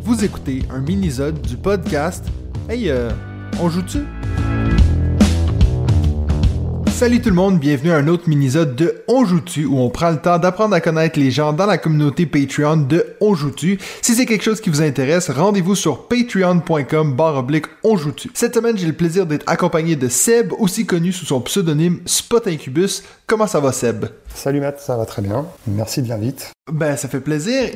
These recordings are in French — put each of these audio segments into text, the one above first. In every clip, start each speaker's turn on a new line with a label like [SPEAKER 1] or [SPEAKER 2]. [SPEAKER 1] vous écoutez un mini-sode du podcast Hey, euh, on joue-tu? Salut tout le monde, bienvenue à un autre mini-sode de On joue-tu où on prend le temps d'apprendre à connaître les gens dans la communauté Patreon de On joue-tu. Si c'est quelque chose qui vous intéresse, rendez-vous sur patreon.com barre oblique On joue-tu. Cette semaine, j'ai le plaisir d'être accompagné de Seb, aussi connu sous son pseudonyme Spot Incubus. Comment ça va Seb?
[SPEAKER 2] Salut Matt, ça va très bien. Merci de l'invite.
[SPEAKER 1] Ben, ça fait plaisir.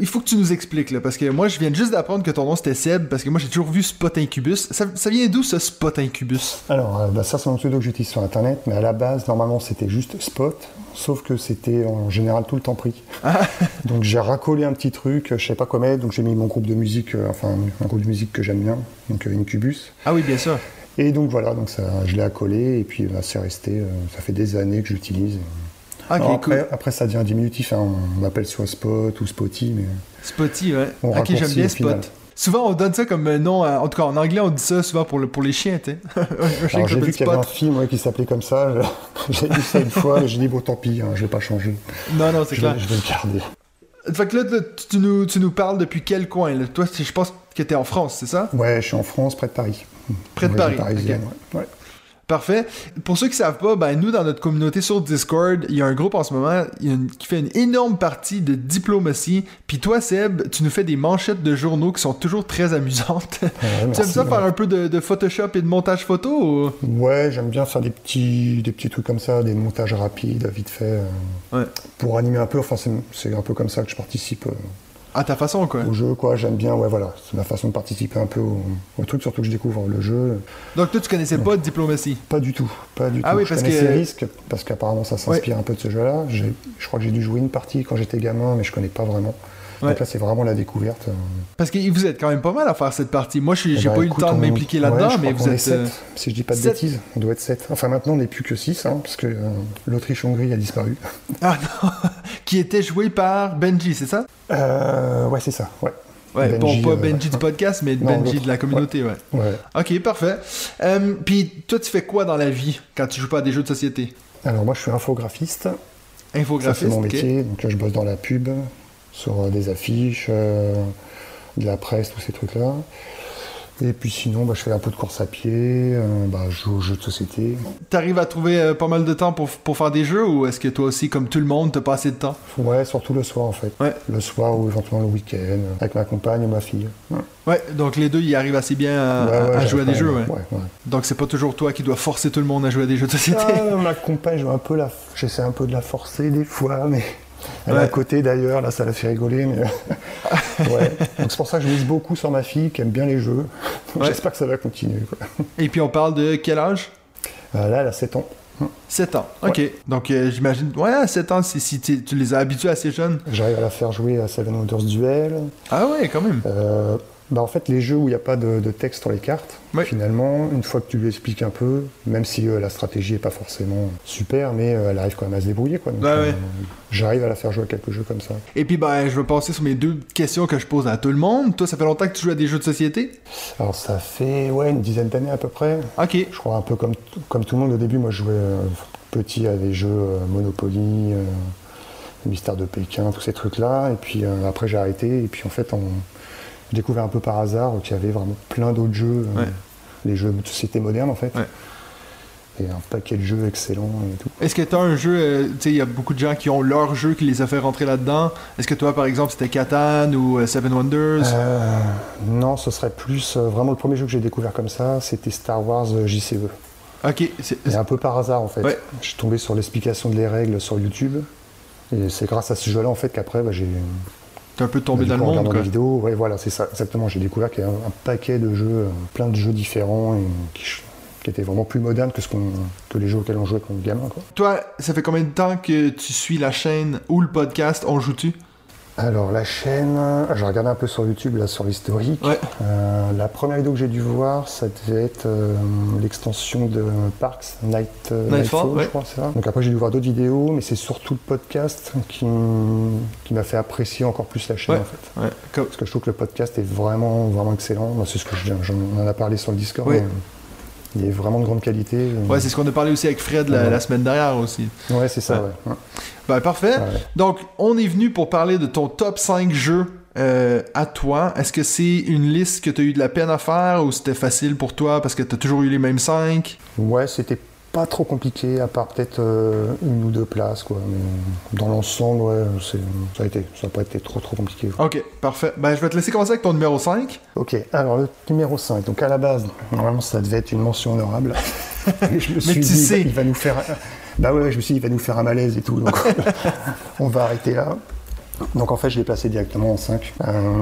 [SPEAKER 1] Il faut que tu nous expliques, là, parce que moi, je viens juste d'apprendre que ton nom c'était Seb, parce que moi, j'ai toujours vu Spot Incubus. Ça, ça vient d'où ce Spot Incubus
[SPEAKER 2] Alors, euh, bah, ça, c'est mon pseudo que j'utilise sur Internet, mais à la base, normalement, c'était juste Spot, sauf que c'était en général tout le temps pris.
[SPEAKER 1] Ah.
[SPEAKER 2] donc, j'ai racolé un petit truc, euh, je sais pas quoi mettre, donc j'ai mis mon groupe de musique, euh, enfin, un groupe de musique que j'aime bien, donc euh, Incubus.
[SPEAKER 1] Ah oui, bien sûr.
[SPEAKER 2] Et donc, voilà, donc ça, je l'ai accolé, et puis bah, c'est resté, euh, ça fait des années que j'utilise.
[SPEAKER 1] Ah, ok,
[SPEAKER 2] Alors, après,
[SPEAKER 1] cool.
[SPEAKER 2] après, ça devient diminutif, hein, on m'appelle soit Spot ou Spotty, mais.
[SPEAKER 1] Spotty, ouais.
[SPEAKER 2] On
[SPEAKER 1] ok, j'aime
[SPEAKER 2] raccourcit
[SPEAKER 1] bien
[SPEAKER 2] au final.
[SPEAKER 1] Spot. Souvent, on donne ça comme euh, nom, à- en tout cas en anglais, on dit ça souvent pour, le, pour les chiens, tu sais. Un chien
[SPEAKER 2] Alors,
[SPEAKER 1] qui
[SPEAKER 2] j'ai vu
[SPEAKER 1] s'appelle
[SPEAKER 2] qu'il y avait un
[SPEAKER 1] Spot.
[SPEAKER 2] film ouais, qui s'appelait comme ça, j'ai vu ça une fois, et j'ai dit, bon, tant pis, hein, je vais pas changer.
[SPEAKER 1] Non, non, c'est
[SPEAKER 2] Je
[SPEAKER 1] clair.
[SPEAKER 2] vais, je vais le garder.
[SPEAKER 1] Fait que là, là, tu, tu nous, tu nous parles depuis quel coin là? Toi, c'est- je pense que t'es en France, c'est ça
[SPEAKER 2] Ouais, je suis en France, près de Paris.
[SPEAKER 1] Près de
[SPEAKER 2] En
[SPEAKER 1] Paris,
[SPEAKER 2] région Parisienne, ouais. Ouais.
[SPEAKER 1] Parfait. Pour ceux qui savent pas, ben nous dans notre communauté sur Discord, il y a un groupe en ce moment il y a une- qui fait une énorme partie de diplomatie. Puis toi Seb, tu nous fais des manchettes de journaux qui sont toujours très amusantes.
[SPEAKER 2] Ouais,
[SPEAKER 1] tu aimes
[SPEAKER 2] merci,
[SPEAKER 1] ça
[SPEAKER 2] ouais.
[SPEAKER 1] faire un peu de, de Photoshop et de montage photo ou-
[SPEAKER 2] Ouais, j'aime bien faire des petits, des petits trucs comme ça, des montages rapides, vite fait, euh,
[SPEAKER 1] Ouais.
[SPEAKER 2] pour animer un peu. Enfin, c'est- c'est un peu comme ça que je participe euh,
[SPEAKER 1] À ta façon quoi.
[SPEAKER 2] au jeu, quoi. J'aime bien, ouais, voilà. C'est ma façon de participer un peu au, au truc, surtout que je découvre le jeu.
[SPEAKER 1] Donc toi tu connaissais pas de diplomatie.
[SPEAKER 2] Pas du tout, pas du
[SPEAKER 1] Ah
[SPEAKER 2] tout.
[SPEAKER 1] oui,
[SPEAKER 2] je
[SPEAKER 1] parce
[SPEAKER 2] connaissais
[SPEAKER 1] que-
[SPEAKER 2] Risk, parce qu'apparemment ça s'inspire un peu de ce jeu-là. J'ai- Je crois que j'ai dû jouer une partie quand j'étais gamin, mais je connais pas vraiment.
[SPEAKER 1] Ouais.
[SPEAKER 2] Donc là, c'est vraiment la découverte. euh.
[SPEAKER 1] Parce que vous êtes quand même pas mal à faire cette partie. Moi je suis-
[SPEAKER 2] Eh
[SPEAKER 1] j'ai
[SPEAKER 2] ben,
[SPEAKER 1] pas eu le
[SPEAKER 2] écoute,
[SPEAKER 1] temps de
[SPEAKER 2] on-
[SPEAKER 1] m'impliquer
[SPEAKER 2] ouais,
[SPEAKER 1] là-dedans,
[SPEAKER 2] je
[SPEAKER 1] mais
[SPEAKER 2] crois
[SPEAKER 1] vous
[SPEAKER 2] qu'on est
[SPEAKER 1] êtes. euh,
[SPEAKER 2] sept, si je dis pas de
[SPEAKER 1] sept.
[SPEAKER 2] bêtises, on doit être 7. Enfin, maintenant, on n'est plus que 6, parce que euh, l'Autriche-Hongrie a disparu.
[SPEAKER 1] Ah non Qui était joué par Benji, c'est ça
[SPEAKER 2] Euh, ouais, c'est ça, ouais.
[SPEAKER 1] Ouais,
[SPEAKER 2] Benji,
[SPEAKER 1] bon, pas
[SPEAKER 2] euh,
[SPEAKER 1] Benji du
[SPEAKER 2] ouais.
[SPEAKER 1] podcast, mais
[SPEAKER 2] Non,
[SPEAKER 1] Benji
[SPEAKER 2] l'autre.
[SPEAKER 1] de la communauté, ouais.
[SPEAKER 2] Ouais.
[SPEAKER 1] Ok, parfait. Euh, Puis toi, tu fais quoi dans la vie quand tu joues pas à des jeux de société
[SPEAKER 2] Alors moi, je suis infographiste. Ça,
[SPEAKER 1] Infographiste,
[SPEAKER 2] c'est mon
[SPEAKER 1] ok.
[SPEAKER 2] métier. Donc, euh, je bosse dans la pub, sur euh, des affiches, euh, de la presse, tous ces trucs-là. Et puis sinon, bah, je fais un peu de course à pied, euh, bah, je joue aux jeux de société.
[SPEAKER 1] T'arrives à trouver euh, pas mal de temps pour, pour faire des jeux ou est-ce que toi aussi, comme tout le monde, t'as pas assez de temps
[SPEAKER 2] Ouais, surtout le soir, en fait.
[SPEAKER 1] Ouais.
[SPEAKER 2] Le soir ou éventuellement le week-end, euh, avec ma compagne ou ma fille. Ouais,
[SPEAKER 1] Ouais, donc les deux, ils arrivent assez bien à, à-
[SPEAKER 2] Ouais, ouais,
[SPEAKER 1] à jouer à des
[SPEAKER 2] j'arrive
[SPEAKER 1] jeux,
[SPEAKER 2] pas,
[SPEAKER 1] ouais. Donc c'est pas toujours toi qui dois forcer tout le monde à jouer à des jeux de société.
[SPEAKER 2] Ah, ma compagne, je vais un peu la... j'essaie un peu de la forcer des fois, mais elle
[SPEAKER 1] Ouais.
[SPEAKER 2] est à côté d'ailleurs, là ça la fait rigoler. Mais... euh, ouais. Donc c'est pour ça que je mise beaucoup sur ma fille qui aime bien les jeux. Donc,
[SPEAKER 1] Ouais.
[SPEAKER 2] J'espère que ça va continuer. quoi.
[SPEAKER 1] Et puis on parle de quel âge
[SPEAKER 2] Euh, là, elle a 7 ans.
[SPEAKER 1] 7 ans. Ok. Donc euh, j'imagine. Ouais, à 7 ans, si, si t'es- tu les as habitués assez jeunes.
[SPEAKER 2] J'arrive à la faire jouer à Seven Wonders Duel.
[SPEAKER 1] Ah ouais, quand même.
[SPEAKER 2] Euh, bah, en fait, les jeux où il n'y a pas de, de texte sur les cartes,
[SPEAKER 1] Ouais.
[SPEAKER 2] finalement, une fois que tu lui expliques un peu, même si euh, la stratégie n'est pas forcément super, mais euh, elle arrive quand même à se débrouiller. Quoi. Donc, euh,
[SPEAKER 1] Ouais, Bah, ouais.
[SPEAKER 2] J'arrive à la faire jouer à quelques jeux comme ça.
[SPEAKER 1] Et puis ben, je veux passer sur mes deux questions que je pose à tout le monde. Toi, ça fait longtemps que tu joues à des jeux de société
[SPEAKER 2] Alors ça fait ouais, une dizaine d'années à peu près.
[SPEAKER 1] Ok.
[SPEAKER 2] Je crois un peu comme, t- comme tout le monde au début, moi je jouais euh, petit à des jeux euh, Monopoly, euh, Mystère de Pékin, tous ces trucs-là. Et puis euh, après j'ai arrêté. Et puis en fait, on... j'ai découvert un peu par hasard qu'il y avait vraiment plein d'autres jeux, euh,
[SPEAKER 1] Ouais.
[SPEAKER 2] les jeux de société moderne en fait.
[SPEAKER 1] Ouais.
[SPEAKER 2] Et un paquet de jeux excellents et tout.
[SPEAKER 1] Est-ce que t'as un jeu, euh, tu sais, il y a beaucoup de gens qui ont leur jeu qui les a fait rentrer là-dedans. Est-ce que toi, par exemple, c'était Catan ou euh, Seven Wonders
[SPEAKER 2] Euh, non, ce serait plus euh, vraiment le premier jeu que j'ai découvert comme ça, c'était Star Wars euh, JCE.
[SPEAKER 1] Ok, c'est-
[SPEAKER 2] C'est un peu par hasard en fait.
[SPEAKER 1] Ouais.
[SPEAKER 2] Je suis tombé sur l'explication des règles sur YouTube. Et c'est grâce à ce jeu-là en fait qu'après bah, j'ai
[SPEAKER 1] t'es un peu
[SPEAKER 2] bah,
[SPEAKER 1] tombé
[SPEAKER 2] du
[SPEAKER 1] dans
[SPEAKER 2] coup,
[SPEAKER 1] le
[SPEAKER 2] en
[SPEAKER 1] monde,
[SPEAKER 2] regardant
[SPEAKER 1] quoi.
[SPEAKER 2] les vidéos. Ouais, voilà, c'est ça exactement. J'ai découvert qu'il y a un, un paquet de jeux, euh, plein de jeux différents et qui, ch- qui étaient vraiment plus modernes que ce qu'on que les jeux auxquels on jouait quand on était gamin. Quoi.
[SPEAKER 1] Toi, ça fait combien de temps que tu suis la chaîne ou le podcast On joue-tu
[SPEAKER 2] Alors la chaîne, ah, j'ai regardé un peu sur YouTube là sur l'historique.
[SPEAKER 1] Ouais.
[SPEAKER 2] Euh, la première vidéo que j'ai dû voir, ça devait être euh, l'extension de Parks, Night, euh,
[SPEAKER 1] Nightfall,
[SPEAKER 2] Nightfall,
[SPEAKER 1] ouais.
[SPEAKER 2] je crois, c'est ça. Donc après, j'ai dû voir d'autres vidéos, mais c'est surtout le podcast qui, m- qui m'a fait apprécier encore plus la chaîne,
[SPEAKER 1] Ouais.
[SPEAKER 2] en fait.
[SPEAKER 1] Ouais, comme-
[SPEAKER 2] Parce que je trouve que le podcast est vraiment, vraiment excellent. Moi, c'est ce que je dis, j'en- on en a parlé sur le Discord.
[SPEAKER 1] Oui.
[SPEAKER 2] mais, euh, Il est vraiment de grande qualité. euh.
[SPEAKER 1] ouais, c'est ce qu'on a parlé aussi avec Fred la,
[SPEAKER 2] Ouais.
[SPEAKER 1] la semaine dernière aussi.
[SPEAKER 2] Ouais, c'est ça, ouais.
[SPEAKER 1] Ben parfait.
[SPEAKER 2] Ouais.
[SPEAKER 1] Donc, on est venu pour parler de ton top 5 jeux euh, à toi, est-ce que c'est une liste que tu as eu de la peine à faire ou c'était facile pour toi parce que tu as toujours eu les mêmes cinq
[SPEAKER 2] Ouais, c'était pas trop compliqué, à part peut-être euh, une ou deux places, quoi. Mais dans l'ensemble, ouais, c'est- ça a été, ça n'a pas été trop trop compliqué.
[SPEAKER 1] Ok, parfait. Ben, je vais te laisser commencer avec ton numéro 5.
[SPEAKER 2] Ok, alors le numéro 5, donc à la base, normalement ça devait être une mention honorable. Et je me suis
[SPEAKER 1] tu
[SPEAKER 2] dit, il va-
[SPEAKER 1] sais.
[SPEAKER 2] il va nous faire. un- Bah ouais, je me suis dit, il va nous faire un malaise et tout, donc on va arrêter là. Donc en fait, je l'ai placé directement en 5.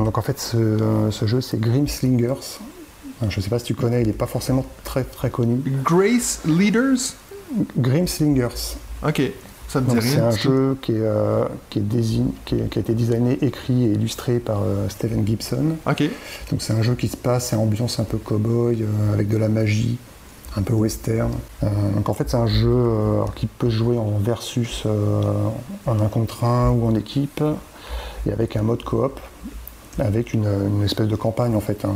[SPEAKER 2] donc en fait, ce, ce jeu, c'est Grimslingers. Euh, Je sais pas si tu connais, il n'est pas forcément très très connu.
[SPEAKER 1] Grace Leaders
[SPEAKER 2] Grimslingers,
[SPEAKER 1] Ok, ça me dit
[SPEAKER 2] donc, c'est
[SPEAKER 1] rien.
[SPEAKER 2] un jeu qui, est, euh, qui, est désign- qui, est- qui a été designé, écrit et illustré par euh, Steven Gibson.
[SPEAKER 1] Ok,
[SPEAKER 2] Donc c'est un jeu qui se passe, c'est ambiance un peu cow-boy, euh, avec de la magie, un peu western. Euh, donc en fait c'est un jeu euh, qui peut se jouer en versus, euh, en un contre un ou en équipe, et avec un mode coop, avec une, une espèce de campagne en fait. un-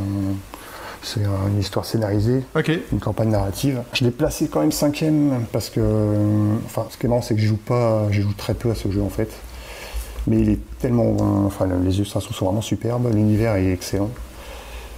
[SPEAKER 2] c'est un- une histoire scénarisée,
[SPEAKER 1] ok,
[SPEAKER 2] une campagne narrative. Je l'ai placé quand même cinquième parce que, euh, enfin, ce qui est marrant, c'est que je joue pas, je joue très peu à ce jeu en fait. Mais il est tellement, euh, enfin, les illustrations sont vraiment superbes, l'univers est excellent.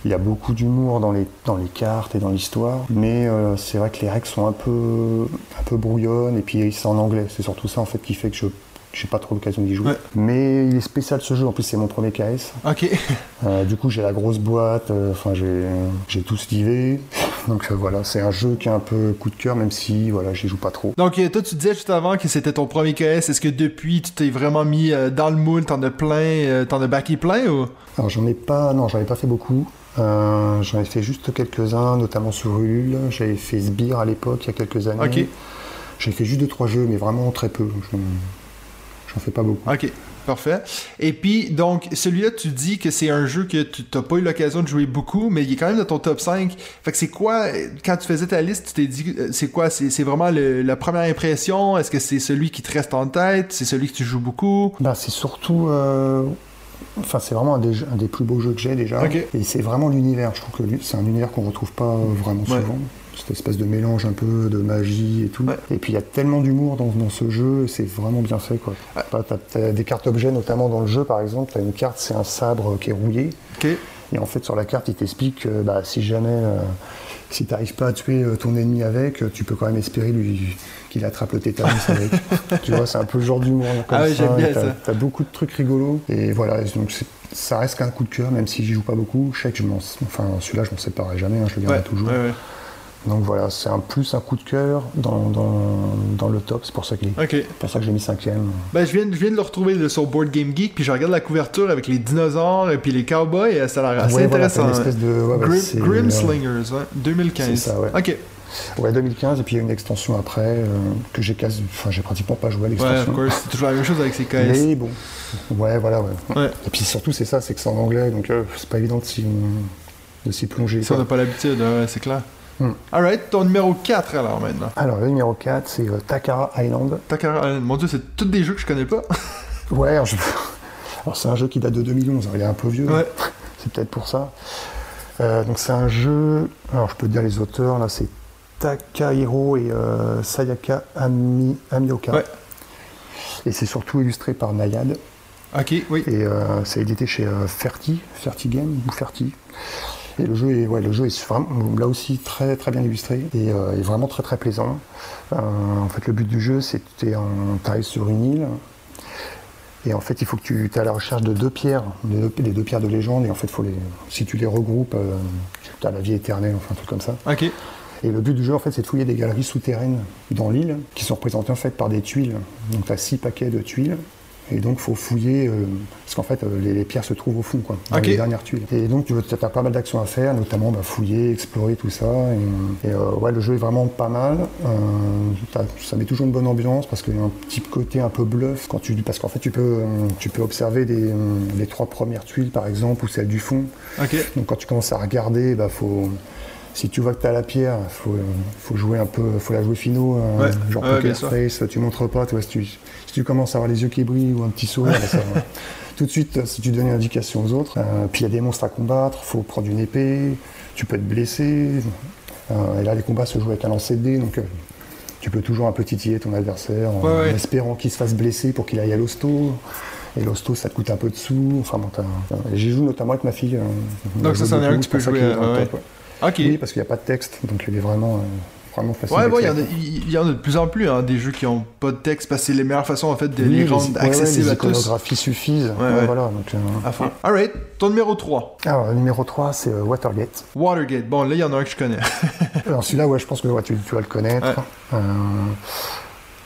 [SPEAKER 2] Il y a beaucoup d'humour dans les, dans les cartes et dans l'histoire, mais euh, c'est vrai que les règles sont un peu, un peu brouillonnes et puis c'est en anglais. C'est surtout ça en fait qui fait que je j'ai pas trop l'occasion d'y jouer.
[SPEAKER 1] Ouais.
[SPEAKER 2] Mais il est spécial ce jeu, en plus c'est mon premier KS.
[SPEAKER 1] ok.
[SPEAKER 2] Euh, du coup, j'ai la grosse boîte, euh, enfin, j'ai, euh, j'ai tout stivé. Donc euh, voilà, c'est un jeu qui est un peu coup de cœur, même si voilà, j'y joue pas trop.
[SPEAKER 1] Donc, euh, toi, tu disais juste avant que c'était ton premier KS. Est-ce que depuis, tu t'es vraiment mis euh, dans le moule, t'en as plein, euh, t'en as backé plein ou
[SPEAKER 2] Alors, j'en ai pas, non, j'en ai pas fait beaucoup. Euh, j'en ai fait juste quelques-uns, notamment sur Ulule. J'avais fait Sbire à l'époque, il y a quelques années.
[SPEAKER 1] Ok.
[SPEAKER 2] J'ai fait juste deux, trois jeux, mais vraiment très peu. J'en, j'en fais pas beaucoup.
[SPEAKER 1] Ok, parfait. Et puis, donc, celui-là, tu dis que c'est un jeu que tu n'as pas eu l'occasion de jouer beaucoup, mais il est quand même dans ton top 5. Fait que c'est quoi, euh, quand tu faisais ta liste, tu t'es dit, euh, c'est quoi, c'est c'est vraiment le- la première impression? Est-ce que c'est celui qui te reste en tête? C'est celui que tu joues beaucoup?
[SPEAKER 2] Bah, c'est surtout. euh, Enfin, c'est vraiment un des, jeux- un des plus beaux jeux que j'ai déjà.
[SPEAKER 1] Ok.
[SPEAKER 2] Et c'est vraiment l'univers. Je trouve que lui- c'est un univers qu'on retrouve pas euh, vraiment
[SPEAKER 1] Ouais.
[SPEAKER 2] souvent. Cette espèce de mélange un peu de magie et tout.
[SPEAKER 1] Ouais.
[SPEAKER 2] Et puis il y a tellement d'humour dans, dans ce jeu, c'est vraiment bien fait quoi.
[SPEAKER 1] Ah.
[SPEAKER 2] Bah, t'as- t'as des cartes objets notamment dans le jeu par exemple. T'as une carte, c'est un sabre euh, qui est rouillé.
[SPEAKER 1] Ok,
[SPEAKER 2] Et en fait, sur la carte, il t'explique que bah, si jamais, euh, si tu n'arrives pas à tuer euh, ton ennemi avec, euh, tu peux quand même espérer lui qu'il attrape le tétanos avec. tu vois, c'est un peu le genre d'humour là, comme
[SPEAKER 1] Ah ouais,
[SPEAKER 2] ça.
[SPEAKER 1] j'aime bien
[SPEAKER 2] et t'as-
[SPEAKER 1] ça.
[SPEAKER 2] T'as beaucoup de trucs rigolos. Et voilà, donc c'est- ça reste qu'un coup de cœur, même si j'y joue pas beaucoup. Je sais que je m'en, enfin, celui-là, je m'en séparerai jamais, hein, je le garderai
[SPEAKER 1] ouais,
[SPEAKER 2] toujours.
[SPEAKER 1] ouais,
[SPEAKER 2] Donc voilà, c'est un plus un coup de cœur dans, dans, dans le top. C'est pour ça que,
[SPEAKER 1] ouais. Ok.
[SPEAKER 2] pour ça que j'ai mis cinquième.
[SPEAKER 1] Ben, je viens, je viens de le retrouver là, sur Board Game Geek, puis je regarde la couverture avec les dinosaures et puis les cowboys, et ça a l'air assez
[SPEAKER 2] Ah Ouais, voilà, t'as
[SPEAKER 1] Ah, intéressant. hein.
[SPEAKER 2] une espèce de. ouais, ouais,
[SPEAKER 1] Grim-
[SPEAKER 2] c'est- euh,
[SPEAKER 1] Grimslingers, hein, 2015.
[SPEAKER 2] C'est ça, ouais.
[SPEAKER 1] Ok,
[SPEAKER 2] Ouais, 2015, et puis il y a une extension après euh, que j'ai quasi. Enfin, j'ai pratiquement pas joué à
[SPEAKER 1] ouais,
[SPEAKER 2] l'extension.
[SPEAKER 1] of course, c'est toujours la même chose avec ces KS.
[SPEAKER 2] mais bon. Ouais, voilà, ouais.
[SPEAKER 1] Ouais.
[SPEAKER 2] Et puis surtout, c'est ça, c'est que c'est en anglais, donc euh, c'est pas évident de s'y, de s'y plonger.
[SPEAKER 1] Ça, on
[SPEAKER 2] quoi.
[SPEAKER 1] n'a pas l'habitude, ouais, c'est clair.
[SPEAKER 2] Hmm.
[SPEAKER 1] Alright, ton numéro 4 alors maintenant.
[SPEAKER 2] Alors, le numéro 4, c'est euh, Takara Island.
[SPEAKER 1] Takara Island. Mon dieu, c'est tous des jeux que je connais pas.
[SPEAKER 2] Ouais, alors, je- alors, c'est un jeu qui date de 2011, alors, hein, il est un peu vieux,
[SPEAKER 1] Ouais.
[SPEAKER 2] c'est peut-être pour ça. Euh, donc c'est un jeu, alors je peux te dire les auteurs, là c'est Takahiro et euh, Sayaka Ami, Amioka.
[SPEAKER 1] Ouais.
[SPEAKER 2] Et c'est surtout illustré par Nayad.
[SPEAKER 1] ok, oui.
[SPEAKER 2] Et euh, ça a édité chez euh, Ferti, Ferti Game ou Ferti. Et le jeu est, ouais, le jeu est vraiment, là aussi très très bien illustré et euh, est vraiment très très plaisant. Euh, en fait, le but du jeu, c'est que tu arrives sur une île et en fait, il faut que tu es à la recherche de deux pierres, les deux, les deux pierres de légende. Et en fait, faut les, si tu les regroupes, tu as la vie éternelle, enfin un truc comme ça.
[SPEAKER 1] Ok,
[SPEAKER 2] Et le but du jeu, en fait, c'est de fouiller des galeries souterraines dans l'île, qui sont représentées en fait par des tuiles. Donc, tu as six paquets de tuiles. Et donc, faut fouiller, euh, parce qu'en fait, euh, les, les pierres se trouvent au fond, quoi, dans
[SPEAKER 1] Ok.
[SPEAKER 2] les dernières tuiles. Et donc, tu as pas mal d'actions à faire, notamment bah, fouiller, explorer, tout ça. Et, et, euh, ouais, le jeu est vraiment pas mal. Euh, t'as- ça met toujours une bonne ambiance, parce qu'il y a un petit côté un peu bluff, quand tu, parce qu'en fait, tu peux, euh, tu peux observer des, euh, les trois premières tuiles, par exemple, ou celle du fond.
[SPEAKER 1] ok,
[SPEAKER 2] Donc quand tu commences à regarder, bah, faut, si tu vois que tu as la pierre, faut, euh, faut jouer un peu, faut la jouer finaux, euh,
[SPEAKER 1] Ouais,
[SPEAKER 2] genre
[SPEAKER 1] ouais, bien
[SPEAKER 2] poker
[SPEAKER 1] sûr.
[SPEAKER 2] face, tu montres pas, tu vois, si tu, si tu commences à avoir les yeux qui brillent ou un petit sourire, bah, ça va. tout de suite, euh, si tu donnes une indication aux autres, euh, puis il y a des monstres à combattre, faut prendre une épée, tu peux être blessé, euh, et là les combats se jouent avec un lancer de dés, donc euh, tu peux toujours un peu titiller ton adversaire en
[SPEAKER 1] Ouais, ouais.
[SPEAKER 2] espérant qu'il se fasse blesser pour qu'il aille à l'hosto. Et l'hosto, ça te coûte un peu de sous. Enfin, bon, t'as- J'y joue notamment avec ma fille. euh,
[SPEAKER 1] Donc ça,
[SPEAKER 2] joue
[SPEAKER 1] c'en est un
[SPEAKER 2] beaucoup,
[SPEAKER 1] que tu peux
[SPEAKER 2] c'est pour ça
[SPEAKER 1] jouer, euh,
[SPEAKER 2] qu'il est dans le
[SPEAKER 1] ouais.
[SPEAKER 2] top, ouais.
[SPEAKER 1] Ok.
[SPEAKER 2] Oui, parce qu'il n'y a pas de texte, donc il est vraiment, euh, vraiment facile.
[SPEAKER 1] Ouais, ouais, il y,
[SPEAKER 2] d'accès.
[SPEAKER 1] en a- il y en a de plus en plus, hein, des jeux qui ont pas de texte, parce que c'est les meilleures façons, en fait, de
[SPEAKER 2] Oui,
[SPEAKER 1] les
[SPEAKER 2] les- ouais,
[SPEAKER 1] rendre
[SPEAKER 2] ouais,
[SPEAKER 1] accessibles
[SPEAKER 2] les
[SPEAKER 1] à tous.
[SPEAKER 2] iconographies suffisent.
[SPEAKER 1] Ouais,
[SPEAKER 2] Ouais,
[SPEAKER 1] ouais.
[SPEAKER 2] Voilà, donc, euh,
[SPEAKER 1] À fond. Alright, ton numéro 3,
[SPEAKER 2] Alors, le numéro 3, c'est euh, Watergate. Euh,
[SPEAKER 1] Watergate. Bon, là, il y en a un que je connais.
[SPEAKER 2] Alors, celui-là, ouais, je pense que ouais, tu, tu vas le connaître.
[SPEAKER 1] Ouais.
[SPEAKER 2] Euh,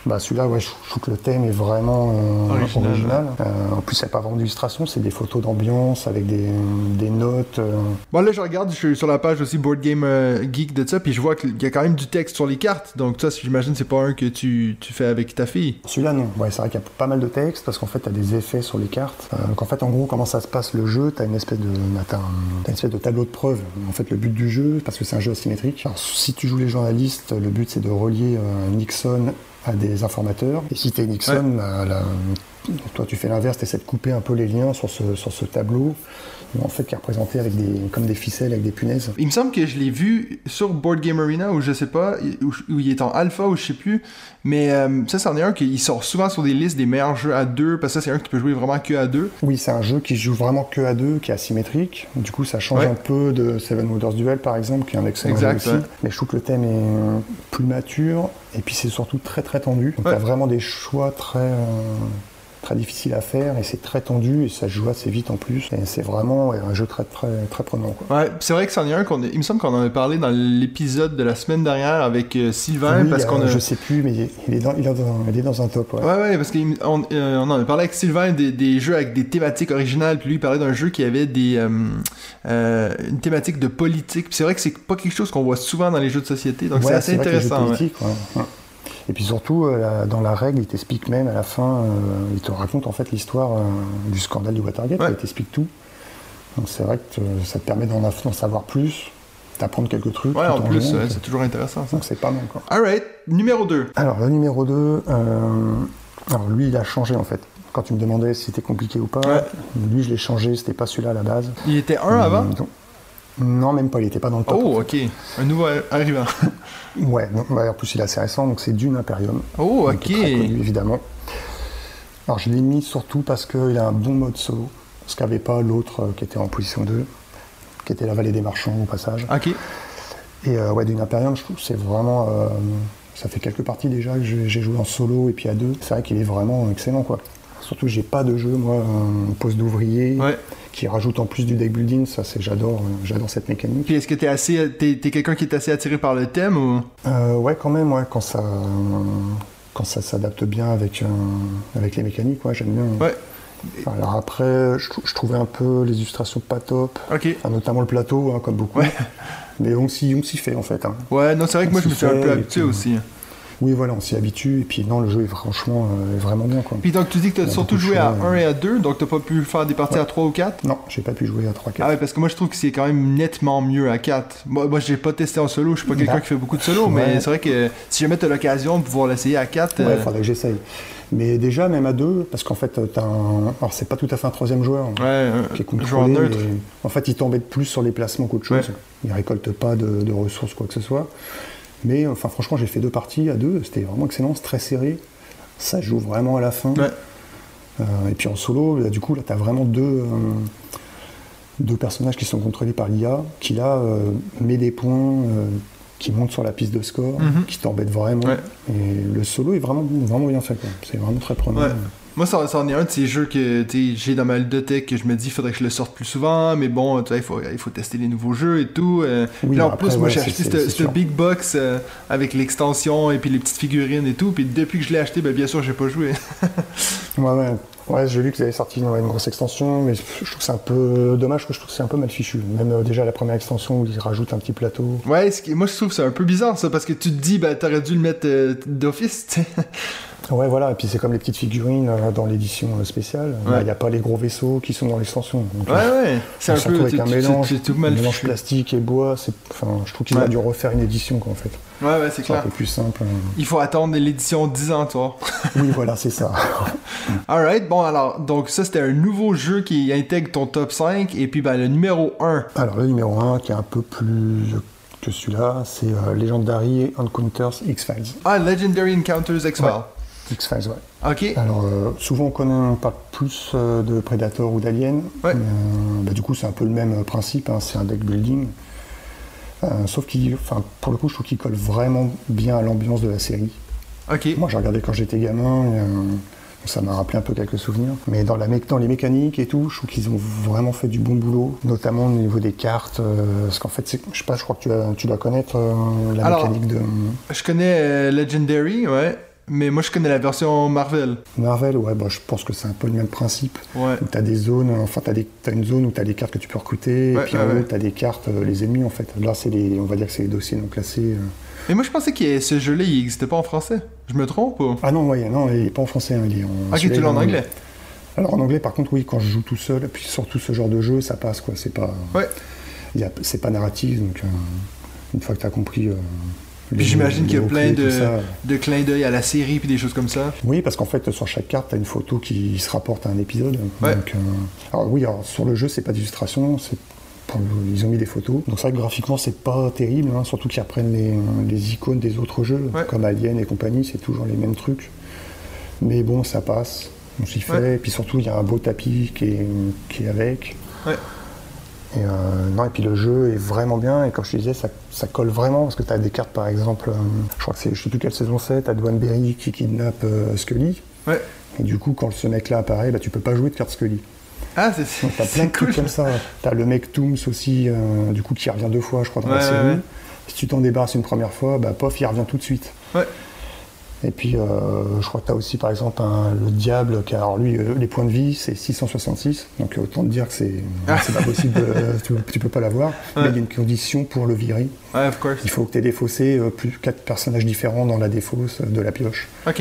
[SPEAKER 2] bah, celui-là, ouais, je, je trouve que le thème est vraiment euh,
[SPEAKER 1] Original,
[SPEAKER 2] original. Euh, en plus, il n'y a pas vraiment d'illustration, c'est des photos d'ambiance avec des, des notes. euh.
[SPEAKER 1] bon, là, je regarde, je suis sur la page aussi Board Game euh, Geek de ça, puis je vois qu'il y a quand même du texte sur les cartes, donc ça, j'imagine, c'est pas un que tu, tu fais avec ta fille.
[SPEAKER 2] Celui-là, non. Ouais, c'est vrai qu'il y a pas mal de texte parce qu'en fait, tu as des effets sur les cartes. Euh, donc, en fait, en gros, comment ça se passe le jeu Tu as une, espèce de- bah, t'as un- t'as une espèce de tableau de preuve. En fait, le but du jeu, parce que c'est un jeu asymétrique, alors, si tu joues les journalistes, le but c'est de relier euh, Nixon à des informateurs. Et si tu es Nixon, bah, la- toi tu fais l'inverse, tu essaies de couper un peu les liens sur ce, sur ce tableau, en fait, qui est représenté avec des, comme des ficelles, avec des punaises.
[SPEAKER 1] Il me semble que je l'ai vu sur Board Game Arena, ou je sais pas, où, où il est en alpha, ou je sais plus, mais euh, ça, c'en est un qui sort souvent sur des listes des meilleurs jeux à deux, parce que ça, c'est un que tu peux jouer vraiment que à deux.
[SPEAKER 2] Oui, c'est un jeu qui se joue vraiment que à deux, qui est asymétrique. Du coup, ça change
[SPEAKER 1] Ouais.
[SPEAKER 2] un peu de Seven Wonders Duel, par exemple, qui est un excellent
[SPEAKER 1] Exact,
[SPEAKER 2] jeu aussi.
[SPEAKER 1] ouais.
[SPEAKER 2] Mais je trouve que le thème est euh, plus mature, et puis c'est surtout très très tendu. Donc
[SPEAKER 1] Ouais.
[SPEAKER 2] t'as vraiment des choix très... euh, très difficiles à faire et c'est très tendu et ça se joue assez vite en plus et c'est vraiment ouais, un jeu très très très prenant quoi.
[SPEAKER 1] Ouais, c'est vrai que c'en est un qu'on. est- Il me semble qu'on en a parlé dans l'épisode de la semaine dernière avec euh, Sylvain,
[SPEAKER 2] Oui,
[SPEAKER 1] parce
[SPEAKER 2] euh,
[SPEAKER 1] qu'on a.
[SPEAKER 2] je sais plus mais il est- il est dans il est dans, il est dans un top ouais.
[SPEAKER 1] Ouais, ouais, parce qu'on euh, en a parlé avec Sylvain des, des jeux avec des thématiques originales, puis lui il parlait d'un jeu qui avait des euh, euh, une thématique de politique. Puis c'est vrai que c'est pas quelque chose qu'on voit souvent dans les jeux de société, donc c'est
[SPEAKER 2] Ouais,
[SPEAKER 1] assez
[SPEAKER 2] vrai que les jeux
[SPEAKER 1] intéressant. ouais.
[SPEAKER 2] politiques, ouais. Ouais. Et puis surtout, euh, la- dans la règle, il t'explique même à la fin, euh, il te raconte en fait l'histoire euh, du scandale du Watergate,
[SPEAKER 1] Ouais.
[SPEAKER 2] il t'explique tout. Donc c'est vrai que euh, ça te permet d'en aff- d'en savoir plus, d'apprendre quelques trucs.
[SPEAKER 1] Ouais,
[SPEAKER 2] tout
[SPEAKER 1] en plus,
[SPEAKER 2] jouant,
[SPEAKER 1] ouais,
[SPEAKER 2] donc,
[SPEAKER 1] c'est toujours intéressant ça.
[SPEAKER 2] donc c'est pas mal quoi.
[SPEAKER 1] Alright, numéro 2.
[SPEAKER 2] Alors le numéro 2, alors lui il a changé en fait. Quand tu me demandais si c'était compliqué ou pas,
[SPEAKER 1] Ouais.
[SPEAKER 2] lui je l'ai changé, c'était pas celui-là à la base.
[SPEAKER 1] Il était un avant
[SPEAKER 2] Hum, donc- non, même pas, il était pas dans le top.
[SPEAKER 1] bah. Oh, ok. Un nouveau arrivant.
[SPEAKER 2] Ouais, non, ouais, en plus il est assez récent, donc c'est Dune Imperium.
[SPEAKER 1] Oh,
[SPEAKER 2] Donc,
[SPEAKER 1] ok.
[SPEAKER 2] qui est très connu, évidemment. Alors je l'ai mis surtout parce qu'il a un bon mode solo, ce qu'avait pas l'autre euh, qui était en position 2, qui était la vallée des marchands au passage.
[SPEAKER 1] Ok.
[SPEAKER 2] Et euh, ouais, d'une Imperium, je trouve que c'est vraiment. euh, ça fait quelques parties déjà que j'ai j'ai joué en solo et puis à deux. C'est vrai qu'il est vraiment excellent quoi. Surtout j'ai pas de jeu moi euh, poste d'ouvrier
[SPEAKER 1] Ouais.
[SPEAKER 2] qui rajoute en plus du deck building, ça c'est j'adore, euh, j'adore cette mécanique.
[SPEAKER 1] Puis est-ce que t'es assez. T'es t'es quelqu'un qui est assez attiré par le thème ou.
[SPEAKER 2] Euh, ouais, quand même, ouais, quand ça, quand ça s'adapte bien avec, euh, avec les mécaniques, ouais, j'aime bien.
[SPEAKER 1] Ouais.
[SPEAKER 2] Enfin, alors après, je, trou- je trouvais un peu les illustrations pas top,
[SPEAKER 1] Ok.
[SPEAKER 2] Enfin, notamment le plateau, hein, comme beaucoup.
[SPEAKER 1] Ouais.
[SPEAKER 2] Mais on s'y on s'y fait en fait. hein.
[SPEAKER 1] Ouais, non, c'est vrai que moi je me suis un peu
[SPEAKER 2] Souffle,
[SPEAKER 1] habitué
[SPEAKER 2] et puis-
[SPEAKER 1] aussi.
[SPEAKER 2] Oui, voilà, on s'y habitue, et puis non, le jeu est franchement euh, est vraiment bien. Quoi.
[SPEAKER 1] Puis donc tu dis que
[SPEAKER 2] Il
[SPEAKER 1] t'as
[SPEAKER 2] y a
[SPEAKER 1] surtout
[SPEAKER 2] beaucoup
[SPEAKER 1] joué
[SPEAKER 2] de hein.
[SPEAKER 1] à
[SPEAKER 2] choix,
[SPEAKER 1] 1 et à 2, donc t'as pas pu faire des parties à 3 ou 4.
[SPEAKER 2] Non, j'ai pas pu jouer à 3-4.
[SPEAKER 1] Ah ouais, parce que moi je trouve que c'est quand même nettement mieux à 4. Moi, moi j'ai pas testé en solo, je suis pas quelqu'un
[SPEAKER 2] Bah.
[SPEAKER 1] qui fait beaucoup de solo, mais
[SPEAKER 2] Ouais.
[SPEAKER 1] c'est vrai que si jamais t'as l'occasion de pouvoir l'essayer à euh, 4,
[SPEAKER 2] Ouais, faudrait que j'essaye. Mais déjà, même à deux, parce qu'en fait, t'as un. Alors, c'est pas tout à fait un troisième joueur. hein. qui est
[SPEAKER 1] ouais, un joueur
[SPEAKER 2] contrôlé.
[SPEAKER 1] neutre.
[SPEAKER 2] mais En fait, il t'embête plus sur les placements qu'autre chose.
[SPEAKER 1] Ouais.
[SPEAKER 2] Il récolte pas de, de ressources, quoi que ce soit. Mais enfin, franchement, j'ai fait deux parties à deux. C'était vraiment excellent, c'est très serré. Ça se joue vraiment à la fin.
[SPEAKER 1] Ouais.
[SPEAKER 2] Euh, et puis en solo, là, du coup, là, t'as vraiment deux, euh, deux personnages qui sont contrôlés par l'IA, qui là euh, met des points, euh, qui montent sur la piste de score,
[SPEAKER 1] Mhm.
[SPEAKER 2] qui t'embêtent vraiment.
[SPEAKER 1] Ouais.
[SPEAKER 2] Et le solo est vraiment, vraiment bien fait. quoi. C'est vraiment très prenant.
[SPEAKER 1] Ouais. Moi, ça, ça en est un de ces jeux que tu sais, j'ai dans ma ludothèque que je me dis faudrait que je le sorte plus souvent, mais bon, tu vois, il faut, il faut tester les nouveaux jeux et tout. euh.
[SPEAKER 2] Oui,
[SPEAKER 1] Puis là, en
[SPEAKER 2] mais
[SPEAKER 1] plus,
[SPEAKER 2] après,
[SPEAKER 1] moi,
[SPEAKER 2] ouais,
[SPEAKER 1] j'ai
[SPEAKER 2] c'est-
[SPEAKER 1] acheté
[SPEAKER 2] c'est-
[SPEAKER 1] ce
[SPEAKER 2] c'est
[SPEAKER 1] ce
[SPEAKER 2] sûr.
[SPEAKER 1] big box euh, avec l'extension et puis les petites figurines et tout. Puis depuis que je l'ai acheté, ben, bien sûr, j'ai pas joué.
[SPEAKER 2] Ouais, ouais. Ouais, j'ai vu que vous avez sorti une, une grosse extension, mais je trouve que c'est un peu dommage, parce que je trouve que c'est un peu mal fichu. Même euh, déjà la première extension où ils rajoutent un petit plateau.
[SPEAKER 1] Ouais, ce qui- moi je trouve que c'est un peu bizarre ça parce que tu te dis bah t'aurais dû le mettre euh, d'office. tu sais.
[SPEAKER 2] Ouais, voilà, et puis c'est comme les petites figurines euh, dans l'édition euh, spéciale. Bah, Il
[SPEAKER 1] Ouais.
[SPEAKER 2] n'y a pas les gros vaisseaux qui sont dans l'extension. Donc,
[SPEAKER 1] Ouais
[SPEAKER 2] euh,
[SPEAKER 1] ouais. C'est
[SPEAKER 2] on
[SPEAKER 1] un
[SPEAKER 2] se retrouve
[SPEAKER 1] peu
[SPEAKER 2] avec
[SPEAKER 1] tu-
[SPEAKER 2] un
[SPEAKER 1] tu-
[SPEAKER 2] mélange,
[SPEAKER 1] tu- tout mal
[SPEAKER 2] mélange
[SPEAKER 1] fichu.
[SPEAKER 2] plastique et bois. c'est- Enfin, je trouve qu'il
[SPEAKER 1] Ouais.
[SPEAKER 2] a dû refaire une édition, quoi, en fait.
[SPEAKER 1] Ouais ouais c'est
[SPEAKER 2] C'est un
[SPEAKER 1] clair.
[SPEAKER 2] peu plus simple. hein.
[SPEAKER 1] Il faut attendre l'édition 10 ans toi.
[SPEAKER 2] oui, voilà, c'est ça.
[SPEAKER 1] Alright bon alors donc ça c'était un nouveau jeu qui intègre ton top 5 et puis ben le numéro 1.
[SPEAKER 2] Alors le numéro 1, qui est un peu plus que celui-là, c'est euh, Legendary Encounters X-Files.
[SPEAKER 1] Ah Legendary Encounters X-Files.
[SPEAKER 2] X-Files, ouais.
[SPEAKER 1] Ok.
[SPEAKER 2] Alors, euh, souvent on, connaît, on parle plus euh, de Predator ou d'Alien.
[SPEAKER 1] Ouais.
[SPEAKER 2] mais, euh, bah, du coup, c'est un peu le même principe, hein, c'est un deck building. Euh, sauf qu'il, enfin, pour le coup, je trouve qu'il colle vraiment bien à l'ambiance de la série.
[SPEAKER 1] Ok.
[SPEAKER 2] Ah. Moi, j'ai regardé quand j'étais gamin, et, euh, ça m'a rappelé un peu quelques souvenirs. Mais dans, la mé- dans les mécaniques et tout, je trouve qu'ils ont vraiment fait du bon boulot, notamment au niveau des cartes. euh, parce qu'en fait, c'est- je sais pas, je crois que tu, vas- tu dois connaître euh, la
[SPEAKER 1] Alors-
[SPEAKER 2] mécanique de
[SPEAKER 1] Je connais euh, Legendary, ouais. Mais moi, je connais la version Marvel.
[SPEAKER 2] Marvel. Ouais, bah, je pense que c'est un peu le même principe.
[SPEAKER 1] Ouais.
[SPEAKER 2] Où t'as des zones, enfin t'as, des, t'as une zone où t'as des cartes que tu peux recruter,
[SPEAKER 1] Ouais,
[SPEAKER 2] et puis
[SPEAKER 1] ouais,
[SPEAKER 2] en haut
[SPEAKER 1] ouais.
[SPEAKER 2] t'as des cartes, euh, les ennemis en fait. Là c'est les, on va dire que c'est les dossiers non classés. euh.
[SPEAKER 1] Mais moi, je pensais que ce jeu-là, il n'existait pas en français. Je me trompe ou...
[SPEAKER 2] Ah non, ouais, non, il est pas en français, hein, il est en.
[SPEAKER 1] Ok,
[SPEAKER 2] celui-là,
[SPEAKER 1] Ah, tu
[SPEAKER 2] il est
[SPEAKER 1] l'as en anglais.
[SPEAKER 2] Alors en anglais par contre oui, quand je joue tout seul, puis surtout ce genre de jeu, ça passe quoi, c'est pas,
[SPEAKER 1] Ouais.
[SPEAKER 2] il y a- c'est pas narratif, donc euh, une fois que t'as compris. euh, les-
[SPEAKER 1] Puis j'imagine
[SPEAKER 2] les
[SPEAKER 1] qu'il y a plein
[SPEAKER 2] mots-clés, tout
[SPEAKER 1] de,
[SPEAKER 2] ça. euh.
[SPEAKER 1] de clins d'œil à la série puis des choses comme ça.
[SPEAKER 2] Oui, parce qu'en fait, sur chaque carte, tu as une photo qui se rapporte à un épisode.
[SPEAKER 1] Ouais.
[SPEAKER 2] Donc, euh, alors oui, alors, sur le jeu, c'est pas d'illustration, c'est pour le- ils ont mis des photos. Donc c'est vrai que graphiquement, c'est pas terrible, hein, surtout qu'ils reprennent les, les icônes des autres jeux,
[SPEAKER 1] Ouais.
[SPEAKER 2] comme Alien et compagnie, c'est toujours les mêmes trucs. Mais bon, ça passe, on s'y fait.
[SPEAKER 1] Ouais.
[SPEAKER 2] Et puis surtout, il y a un beau tapis qui est, qui est avec.
[SPEAKER 1] Ouais.
[SPEAKER 2] Et, euh, non, et puis le jeu est vraiment bien, et comme je te disais, ça, ça colle vraiment, parce que tu as des cartes, par exemple, euh, je crois que c'est, je sais plus quelle saison c'est, tu as Dwayne Berry qui kidnappe euh, Scully,
[SPEAKER 1] Ouais.
[SPEAKER 2] et du coup, quand ce mec-là apparaît, bah, tu peux pas jouer de carte Scully.
[SPEAKER 1] Ah, c'est
[SPEAKER 2] Donc t'as plein
[SPEAKER 1] c'est
[SPEAKER 2] de trucs
[SPEAKER 1] cool.
[SPEAKER 2] comme ça. T'as le mec Tooms aussi, euh, du coup, qui revient deux fois, je crois, dans
[SPEAKER 1] Ouais,
[SPEAKER 2] la série.
[SPEAKER 1] ouais, ouais.
[SPEAKER 2] Si tu t'en débarrasses une première fois, bah pof, il revient tout de suite.
[SPEAKER 1] Ouais.
[SPEAKER 2] Et puis, euh, je crois que t'as aussi, par exemple, un- le diable, qui a- alors lui, euh, les points de vie, c'est 666, donc euh, autant te dire que c'est
[SPEAKER 1] Ah.
[SPEAKER 2] c'est pas possible, euh, tu, tu peux pas l'avoir. Mais
[SPEAKER 1] Ouais.
[SPEAKER 2] il y a une condition pour le virer.
[SPEAKER 1] Ouais, of course.
[SPEAKER 2] Il faut que t'aies défaussé euh, plus quatre personnages différents dans la défausse euh, de la pioche.
[SPEAKER 1] Ok.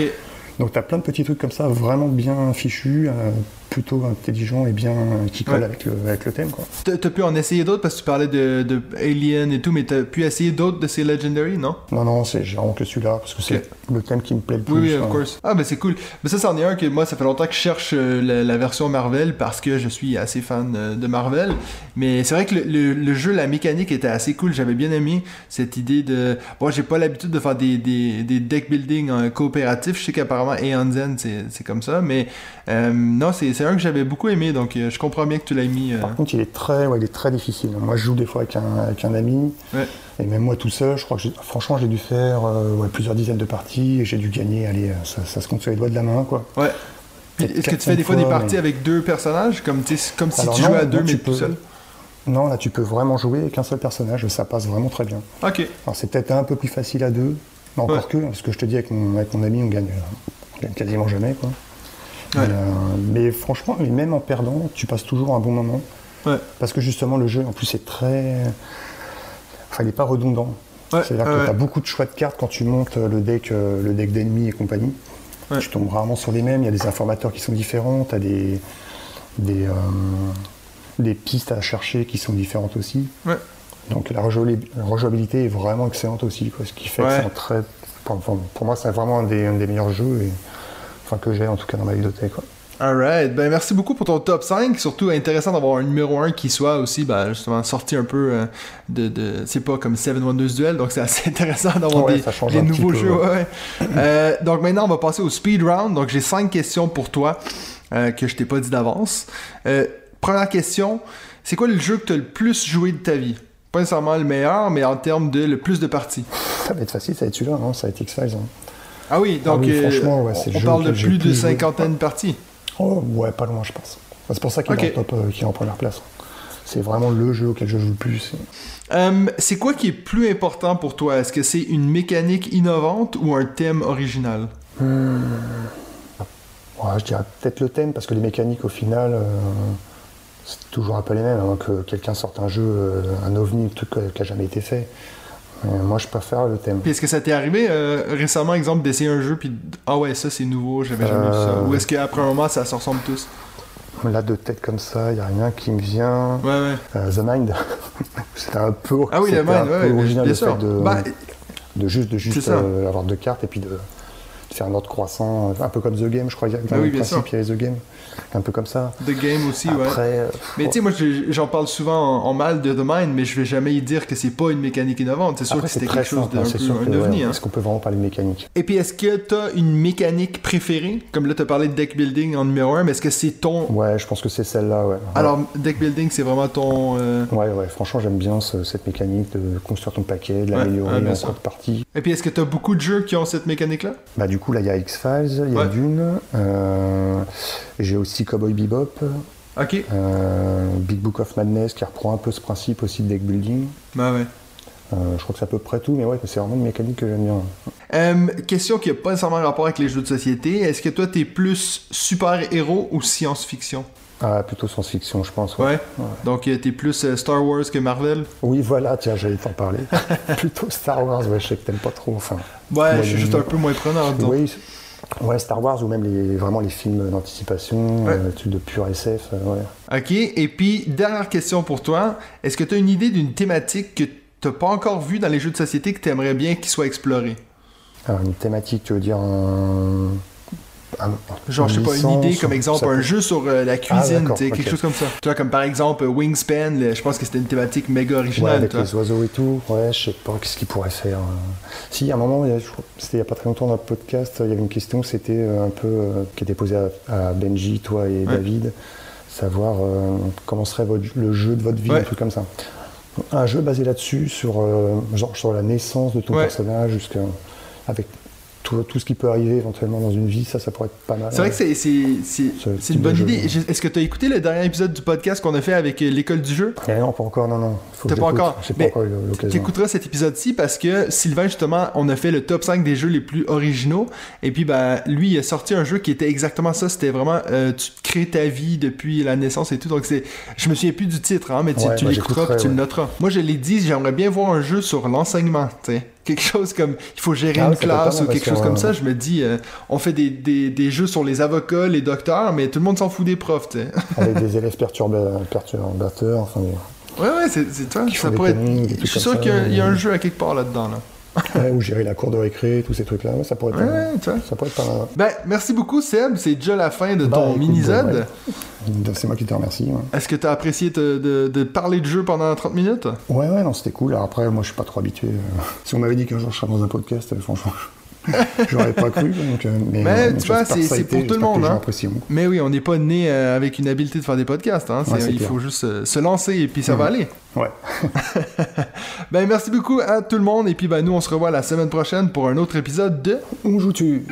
[SPEAKER 2] Donc t'as plein de petits trucs comme ça, vraiment bien fichus, euh, plutôt intelligents et bien euh, qui collent
[SPEAKER 1] Ouais.
[SPEAKER 2] avec, le, avec le thème. Quoi.
[SPEAKER 1] T'as t'as pu en essayer d'autres parce que tu parlais de, de Alien et tout, mais t'as pu essayer d'autres de ces Legendary, non?
[SPEAKER 2] Non, non, c'est j'ai vraiment que celui-là, parce que c'est
[SPEAKER 1] Ok.
[SPEAKER 2] le thème qui me plaît le plus.
[SPEAKER 1] Oui, oui, of
[SPEAKER 2] hein.
[SPEAKER 1] course. Ah, ben c'est cool. Mais ça, c'en est un que moi, ça fait longtemps que je cherche euh, la, la version Marvel parce que je suis assez fan euh, de Marvel. Mais c'est vrai que le, le- le jeu, la mécanique était assez cool. J'avais bien aimé cette idée de. Bon, j'ai pas l'habitude de faire des, des, des deck building euh, coopératifs. Je sais qu'apparemment, Aeon Zen, c'est c'est comme ça. Mais euh, non, c'est c'est un que j'avais beaucoup aimé. Donc, euh, je comprends bien que tu l'as mis. euh,
[SPEAKER 2] Par contre, il est très, ouais, il est très difficile. Moi, je joue des fois avec un, avec un ami,
[SPEAKER 1] Ouais.
[SPEAKER 2] et même moi tout seul, je crois que j'ai- franchement, j'ai dû faire euh, ouais, plusieurs dizaines de parties, et j'ai dû gagner, allez, euh, ça, ça se compte sur les doigts de la main, quoi.
[SPEAKER 1] Ouais. Puis,
[SPEAKER 2] Peut-être
[SPEAKER 1] Est-ce que tu
[SPEAKER 2] 400
[SPEAKER 1] fais des fois des
[SPEAKER 2] fois,
[SPEAKER 1] parties
[SPEAKER 2] mais-
[SPEAKER 1] avec deux personnages Comme, tu sais, comme si
[SPEAKER 2] Alors
[SPEAKER 1] tu
[SPEAKER 2] non,
[SPEAKER 1] jouais à
[SPEAKER 2] non,
[SPEAKER 1] deux, mais
[SPEAKER 2] tu
[SPEAKER 1] tout
[SPEAKER 2] peux-
[SPEAKER 1] seul
[SPEAKER 2] Non, là, tu peux vraiment jouer avec un seul personnage, ça passe vraiment très bien.
[SPEAKER 1] Ok.
[SPEAKER 2] Alors, c'est peut-être un peu plus facile à deux, mais encore
[SPEAKER 1] Ouais.
[SPEAKER 2] que, hein, parce que je te dis, avec mon, avec mon ami, on gagne, euh, on gagne quasiment jamais. Quoi.
[SPEAKER 1] Ouais.
[SPEAKER 2] Mais, euh, mais franchement, mais même en perdant, tu passes toujours un bon moment.
[SPEAKER 1] Ouais.
[SPEAKER 2] Parce que justement, le jeu, en plus, est très. Enfin, il n'est pas redondant.
[SPEAKER 1] Ouais, ouais,
[SPEAKER 2] C'est-à-dire que tu as
[SPEAKER 1] ouais.
[SPEAKER 2] beaucoup de choix de cartes quand tu montes euh, le deck, euh, le deck d'ennemis et compagnie.
[SPEAKER 1] Ouais.
[SPEAKER 2] Tu tombes rarement sur les mêmes, il y a des informateurs qui sont différents, tu as des, des, euh, des pistes à chercher qui sont différentes aussi.
[SPEAKER 1] Ouais.
[SPEAKER 2] Donc la rejouabil- la rejouabilité est vraiment excellente aussi, quoi, ce qui fait
[SPEAKER 1] Ouais.
[SPEAKER 2] que c'est un très... Pour, pour- pour moi, c'est vraiment un des, un des meilleurs jeux et, enfin, que j'ai en tout cas dans ma bibliothèque. quoi.
[SPEAKER 1] Alright, ben merci beaucoup pour ton top 5. Surtout intéressant d'avoir un numéro 1 qui soit aussi ben, justement sorti un peu euh, de, de- C'est pas comme Seven Wonders Duel, donc c'est assez intéressant d'avoir
[SPEAKER 2] Ouais,
[SPEAKER 1] des,
[SPEAKER 2] ça change
[SPEAKER 1] des
[SPEAKER 2] un petit
[SPEAKER 1] nouveaux
[SPEAKER 2] peu,
[SPEAKER 1] jeux.
[SPEAKER 2] ouais.
[SPEAKER 1] ouais, ouais. Euh, donc maintenant, on va passer au speed round. Donc j'ai 5 questions pour toi euh, que je t'ai pas dit d'avance. Euh, première question c'est quoi le jeu que tu as le plus joué de ta vie Pas nécessairement le meilleur, mais en termes de le plus de parties.
[SPEAKER 2] Ça va être facile, ça va être celui-là, hein, ça va être X-Files. hein.
[SPEAKER 1] Ah oui, donc
[SPEAKER 2] oui,
[SPEAKER 1] euh,
[SPEAKER 2] franchement, ouais, c'est
[SPEAKER 1] on,
[SPEAKER 2] le jeu
[SPEAKER 1] parle de
[SPEAKER 2] auquel j'ai
[SPEAKER 1] plus
[SPEAKER 2] le
[SPEAKER 1] de
[SPEAKER 2] plus joué.
[SPEAKER 1] cinquantaine de parties.
[SPEAKER 2] Oh, ouais, pas loin, je pense. Enfin, C'est pour ça qu'il
[SPEAKER 1] Ok.
[SPEAKER 2] est, en top, euh, qu'il est en première place. C'est vraiment le jeu auquel je joue le plus.
[SPEAKER 1] Hum, c'est quoi qui est plus important pour toi Est-ce que c'est une mécanique innovante ou un thème original
[SPEAKER 2] Ouais, je dirais peut-être le thème, parce que les mécaniques, au final, euh, c'est toujours un peu les mêmes, avant que quelqu'un sorte un jeu, euh, un ovni, un truc euh, qui n'a jamais été fait. Mais moi, je préfère le thème.
[SPEAKER 1] Puis est-ce que ça t'est arrivé euh, récemment, exemple, d'essayer un jeu puis d- ah ouais ça c'est nouveau, j'avais jamais vu ça.
[SPEAKER 2] Euh.
[SPEAKER 1] Ou est-ce qu'après un moment ça se ressemble tous
[SPEAKER 2] Là, de tête comme ça, il n'y a rien qui me vient.
[SPEAKER 1] Ouais ouais.
[SPEAKER 2] Euh, The Mind, c'était un peu,
[SPEAKER 1] Ah oui, la
[SPEAKER 2] c'était
[SPEAKER 1] main,
[SPEAKER 2] un peu
[SPEAKER 1] ouais,
[SPEAKER 2] original
[SPEAKER 1] bien
[SPEAKER 2] le
[SPEAKER 1] sûr.
[SPEAKER 2] fait de,
[SPEAKER 1] Bah,
[SPEAKER 2] de juste, de juste
[SPEAKER 1] ça.
[SPEAKER 2] euh, avoir deux cartes et puis de, de faire un ordre croissant, un peu comme The Game, je crois. Il y a,
[SPEAKER 1] Ah oui,
[SPEAKER 2] le
[SPEAKER 1] bien
[SPEAKER 2] principe,
[SPEAKER 1] sûr.
[SPEAKER 2] il y avait The Game, un peu comme ça.
[SPEAKER 1] The Game aussi, ouais.
[SPEAKER 2] Après, euh,
[SPEAKER 1] Mais
[SPEAKER 2] bon,
[SPEAKER 1] tu sais, moi, je- j'en parle souvent en, en mal de The Mind, mais je vais jamais y dire que c'est pas une mécanique innovante. C'est sûr
[SPEAKER 2] après,
[SPEAKER 1] que c'était
[SPEAKER 2] c'est
[SPEAKER 1] quelque
[SPEAKER 2] très
[SPEAKER 1] chose
[SPEAKER 2] simple,
[SPEAKER 1] d'un
[SPEAKER 2] hein, c'est
[SPEAKER 1] peu
[SPEAKER 2] sûr
[SPEAKER 1] un
[SPEAKER 2] que, ouais,
[SPEAKER 1] ovni. hein.
[SPEAKER 2] est-ce qu'on peut vraiment parler de mécanique
[SPEAKER 1] Et puis, est-ce que t'as une mécanique préférée Comme là, t'as parlé de deck building en numéro 1, mais est-ce que c'est ton.
[SPEAKER 2] Ouais, je pense que c'est celle-là, ouais.
[SPEAKER 1] Alors, deck building, c'est vraiment ton. euh,
[SPEAKER 2] Ouais, ouais, franchement, j'aime bien ce- cette mécanique de construire ton paquet, de l'améliorer
[SPEAKER 1] ouais, bien
[SPEAKER 2] en
[SPEAKER 1] sûr.
[SPEAKER 2] cours de partie.
[SPEAKER 1] Et puis, est-ce que t'as beaucoup de jeux qui ont cette mécanique-là
[SPEAKER 2] Bah, du coup, là, il y a X-Files, il y a
[SPEAKER 1] Ouais.
[SPEAKER 2] Dune, euh, j'ai aussi Cowboy Bebop,
[SPEAKER 1] Ok.
[SPEAKER 2] euh, Big Book of Madness qui reprend un peu ce principe aussi de deck building.
[SPEAKER 1] Bah ouais.
[SPEAKER 2] Euh, je crois que c'est à peu près tout, mais ouais, c'est vraiment une mécanique que j'aime bien.
[SPEAKER 1] Euh, question qui n'a pas nécessairement rapport avec les jeux de société. Est-ce que toi, t'es plus super-héros ou science-fiction
[SPEAKER 2] Ah, plutôt science-fiction, je pense. ouais.
[SPEAKER 1] Ouais. Donc, euh, t'es plus euh, Star Wars que Marvel
[SPEAKER 2] Oui, voilà, tiens, j'allais t'en parler. plutôt Star Wars, ouais, je sais que t'aimes pas trop, enfin.
[SPEAKER 1] Ouais,
[SPEAKER 2] Ouais,
[SPEAKER 1] je suis juste un peu moins prenant. disons.
[SPEAKER 2] Oui, c'est- ouais, Star Wars ou même les, vraiment les films d'anticipation,
[SPEAKER 1] Ouais.
[SPEAKER 2] euh, les trucs de pur SF, euh, ouais.
[SPEAKER 1] Ok, et puis dernière question pour toi. Est-ce que tu as une idée d'une thématique que t'as pas encore vue dans les jeux de société que tu aimerais bien qu'il soit explorée?
[SPEAKER 2] Alors, une thématique, tu veux dire un. un-
[SPEAKER 1] Genre, je sais pas, une
[SPEAKER 2] licence,
[SPEAKER 1] idée comme
[SPEAKER 2] ça
[SPEAKER 1] exemple,
[SPEAKER 2] peut-
[SPEAKER 1] un jeu sur euh, la cuisine,
[SPEAKER 2] Ah, d'accord,
[SPEAKER 1] tu sais, quelque
[SPEAKER 2] ok.
[SPEAKER 1] chose comme ça. Tu vois, comme par exemple euh, Wingspan, le- je pense que c'était une thématique méga
[SPEAKER 2] Ouais,
[SPEAKER 1] originale.
[SPEAKER 2] avec
[SPEAKER 1] tu vois.
[SPEAKER 2] les oiseaux et tout. Ouais, je sais pas, qu'est-ce qu'ils pourraient faire. euh. Si, à un moment, il y a- je crois- c'était il y a pas très longtemps dans le podcast, il y avait une question, c'était euh, un peu, euh, qui était posée à, à Benji, toi et David, savoir euh, comment serait votre- le jeu de votre vie,
[SPEAKER 1] Ouais.
[SPEAKER 2] un truc comme ça. Un jeu basé là-dessus, sur, euh, genre, sur la naissance de ton
[SPEAKER 1] Ouais.
[SPEAKER 2] personnage, jusqu'à, avec tout, tout ce qui peut arriver éventuellement dans une vie, ça, ça pourrait être pas mal.
[SPEAKER 1] C'est vrai que c'est- c'est c'est-
[SPEAKER 2] C'est le
[SPEAKER 1] c'est
[SPEAKER 2] type
[SPEAKER 1] une
[SPEAKER 2] de
[SPEAKER 1] bonne
[SPEAKER 2] jeu,
[SPEAKER 1] idée.
[SPEAKER 2] ouais.
[SPEAKER 1] Je- Est-ce que tu as écouté le dernier épisode du podcast qu'on a fait avec euh, l'école du jeu?
[SPEAKER 2] Eh non, pas encore, non, non. Faut que
[SPEAKER 1] T'as pas
[SPEAKER 2] j'écoute.
[SPEAKER 1] encore.
[SPEAKER 2] J'ai pas
[SPEAKER 1] Mais
[SPEAKER 2] encore eu l'occasion.
[SPEAKER 1] T'écouteras cet épisode-ci parce que Sylvain, justement, on a fait le top 5 des jeux les plus originaux. Et puis, bah, lui, il a sorti un jeu qui était exactement ça. C'était vraiment, euh, tu te crées ta vie depuis la naissance et tout. Donc, c'est, je me souviens plus du titre, hein, mais tu,
[SPEAKER 2] Ouais,
[SPEAKER 1] tu l'écouteras
[SPEAKER 2] bah,
[SPEAKER 1] puis
[SPEAKER 2] j'écouterai,
[SPEAKER 1] tu le
[SPEAKER 2] ouais.
[SPEAKER 1] noteras. Moi, je l'ai dit, j'aimerais bien voir un jeu sur l'enseignement, tu sais. Quelque chose comme, il faut gérer
[SPEAKER 2] Ah
[SPEAKER 1] une
[SPEAKER 2] ouais, ça peut être pas
[SPEAKER 1] classe
[SPEAKER 2] mal
[SPEAKER 1] ou quelque
[SPEAKER 2] parce
[SPEAKER 1] chose
[SPEAKER 2] que,
[SPEAKER 1] comme ça.
[SPEAKER 2] euh,
[SPEAKER 1] Je me dis, euh, on fait des, des- des jeux sur les avocats, les docteurs, mais tout le monde s'en fout des profs, tu sais.
[SPEAKER 2] Avec des élèves perturba- perturbateurs, enfin. des-
[SPEAKER 1] Ouais, ouais, c'est, c'est toi.
[SPEAKER 2] Qui
[SPEAKER 1] Ça
[SPEAKER 2] font des
[SPEAKER 1] pourrait être-
[SPEAKER 2] conneries, des
[SPEAKER 1] Je
[SPEAKER 2] trucs
[SPEAKER 1] suis
[SPEAKER 2] comme
[SPEAKER 1] sûr
[SPEAKER 2] ça,
[SPEAKER 1] qu'il y a, il y a
[SPEAKER 2] ouais.
[SPEAKER 1] un jeu à quelque part là-dedans, là.
[SPEAKER 2] Ouais, ou gérer la cour de récré, tous ces trucs-là, ouais, ça pourrait être.
[SPEAKER 1] Ouais, tu vois.
[SPEAKER 2] Ça pourrait être pas mal.
[SPEAKER 1] Ben, merci beaucoup, Seb. C'est déjà la fin de
[SPEAKER 2] Bah,
[SPEAKER 1] ton
[SPEAKER 2] écoute,
[SPEAKER 1] mini-zode.
[SPEAKER 2] ben, C'est moi qui te remercie. Ouais,
[SPEAKER 1] Est-ce que t'as apprécié te- de, de parler de jeu pendant 30 minutes?
[SPEAKER 2] ouais, ouais, non, c'était cool. Alors après, moi, je suis pas trop habitué. euh. Si on m'avait dit qu'un jour je serais dans un podcast, euh, franchement, je- j'aurais pas cru. Donc, euh, mais,
[SPEAKER 1] Mais
[SPEAKER 2] euh,
[SPEAKER 1] tu
[SPEAKER 2] j'espère
[SPEAKER 1] vois,
[SPEAKER 2] que
[SPEAKER 1] c'est-
[SPEAKER 2] ça a
[SPEAKER 1] c'est
[SPEAKER 2] été,
[SPEAKER 1] pour tout le
[SPEAKER 2] j'espère que
[SPEAKER 1] monde,
[SPEAKER 2] les gens
[SPEAKER 1] hein.
[SPEAKER 2] apprécient.
[SPEAKER 1] Mais oui, on n'est pas né euh, avec une habileté de faire des podcasts. Hein. C'est-
[SPEAKER 2] Ouais, c'est
[SPEAKER 1] il
[SPEAKER 2] clair. Mhm.
[SPEAKER 1] faut juste euh, se lancer et puis ça va aller.
[SPEAKER 2] hein. Ouais.
[SPEAKER 1] Ben, merci beaucoup à tout le monde. Et puis, ben, nous, on se revoit la semaine prochaine pour un autre épisode de...
[SPEAKER 2] On joue-tu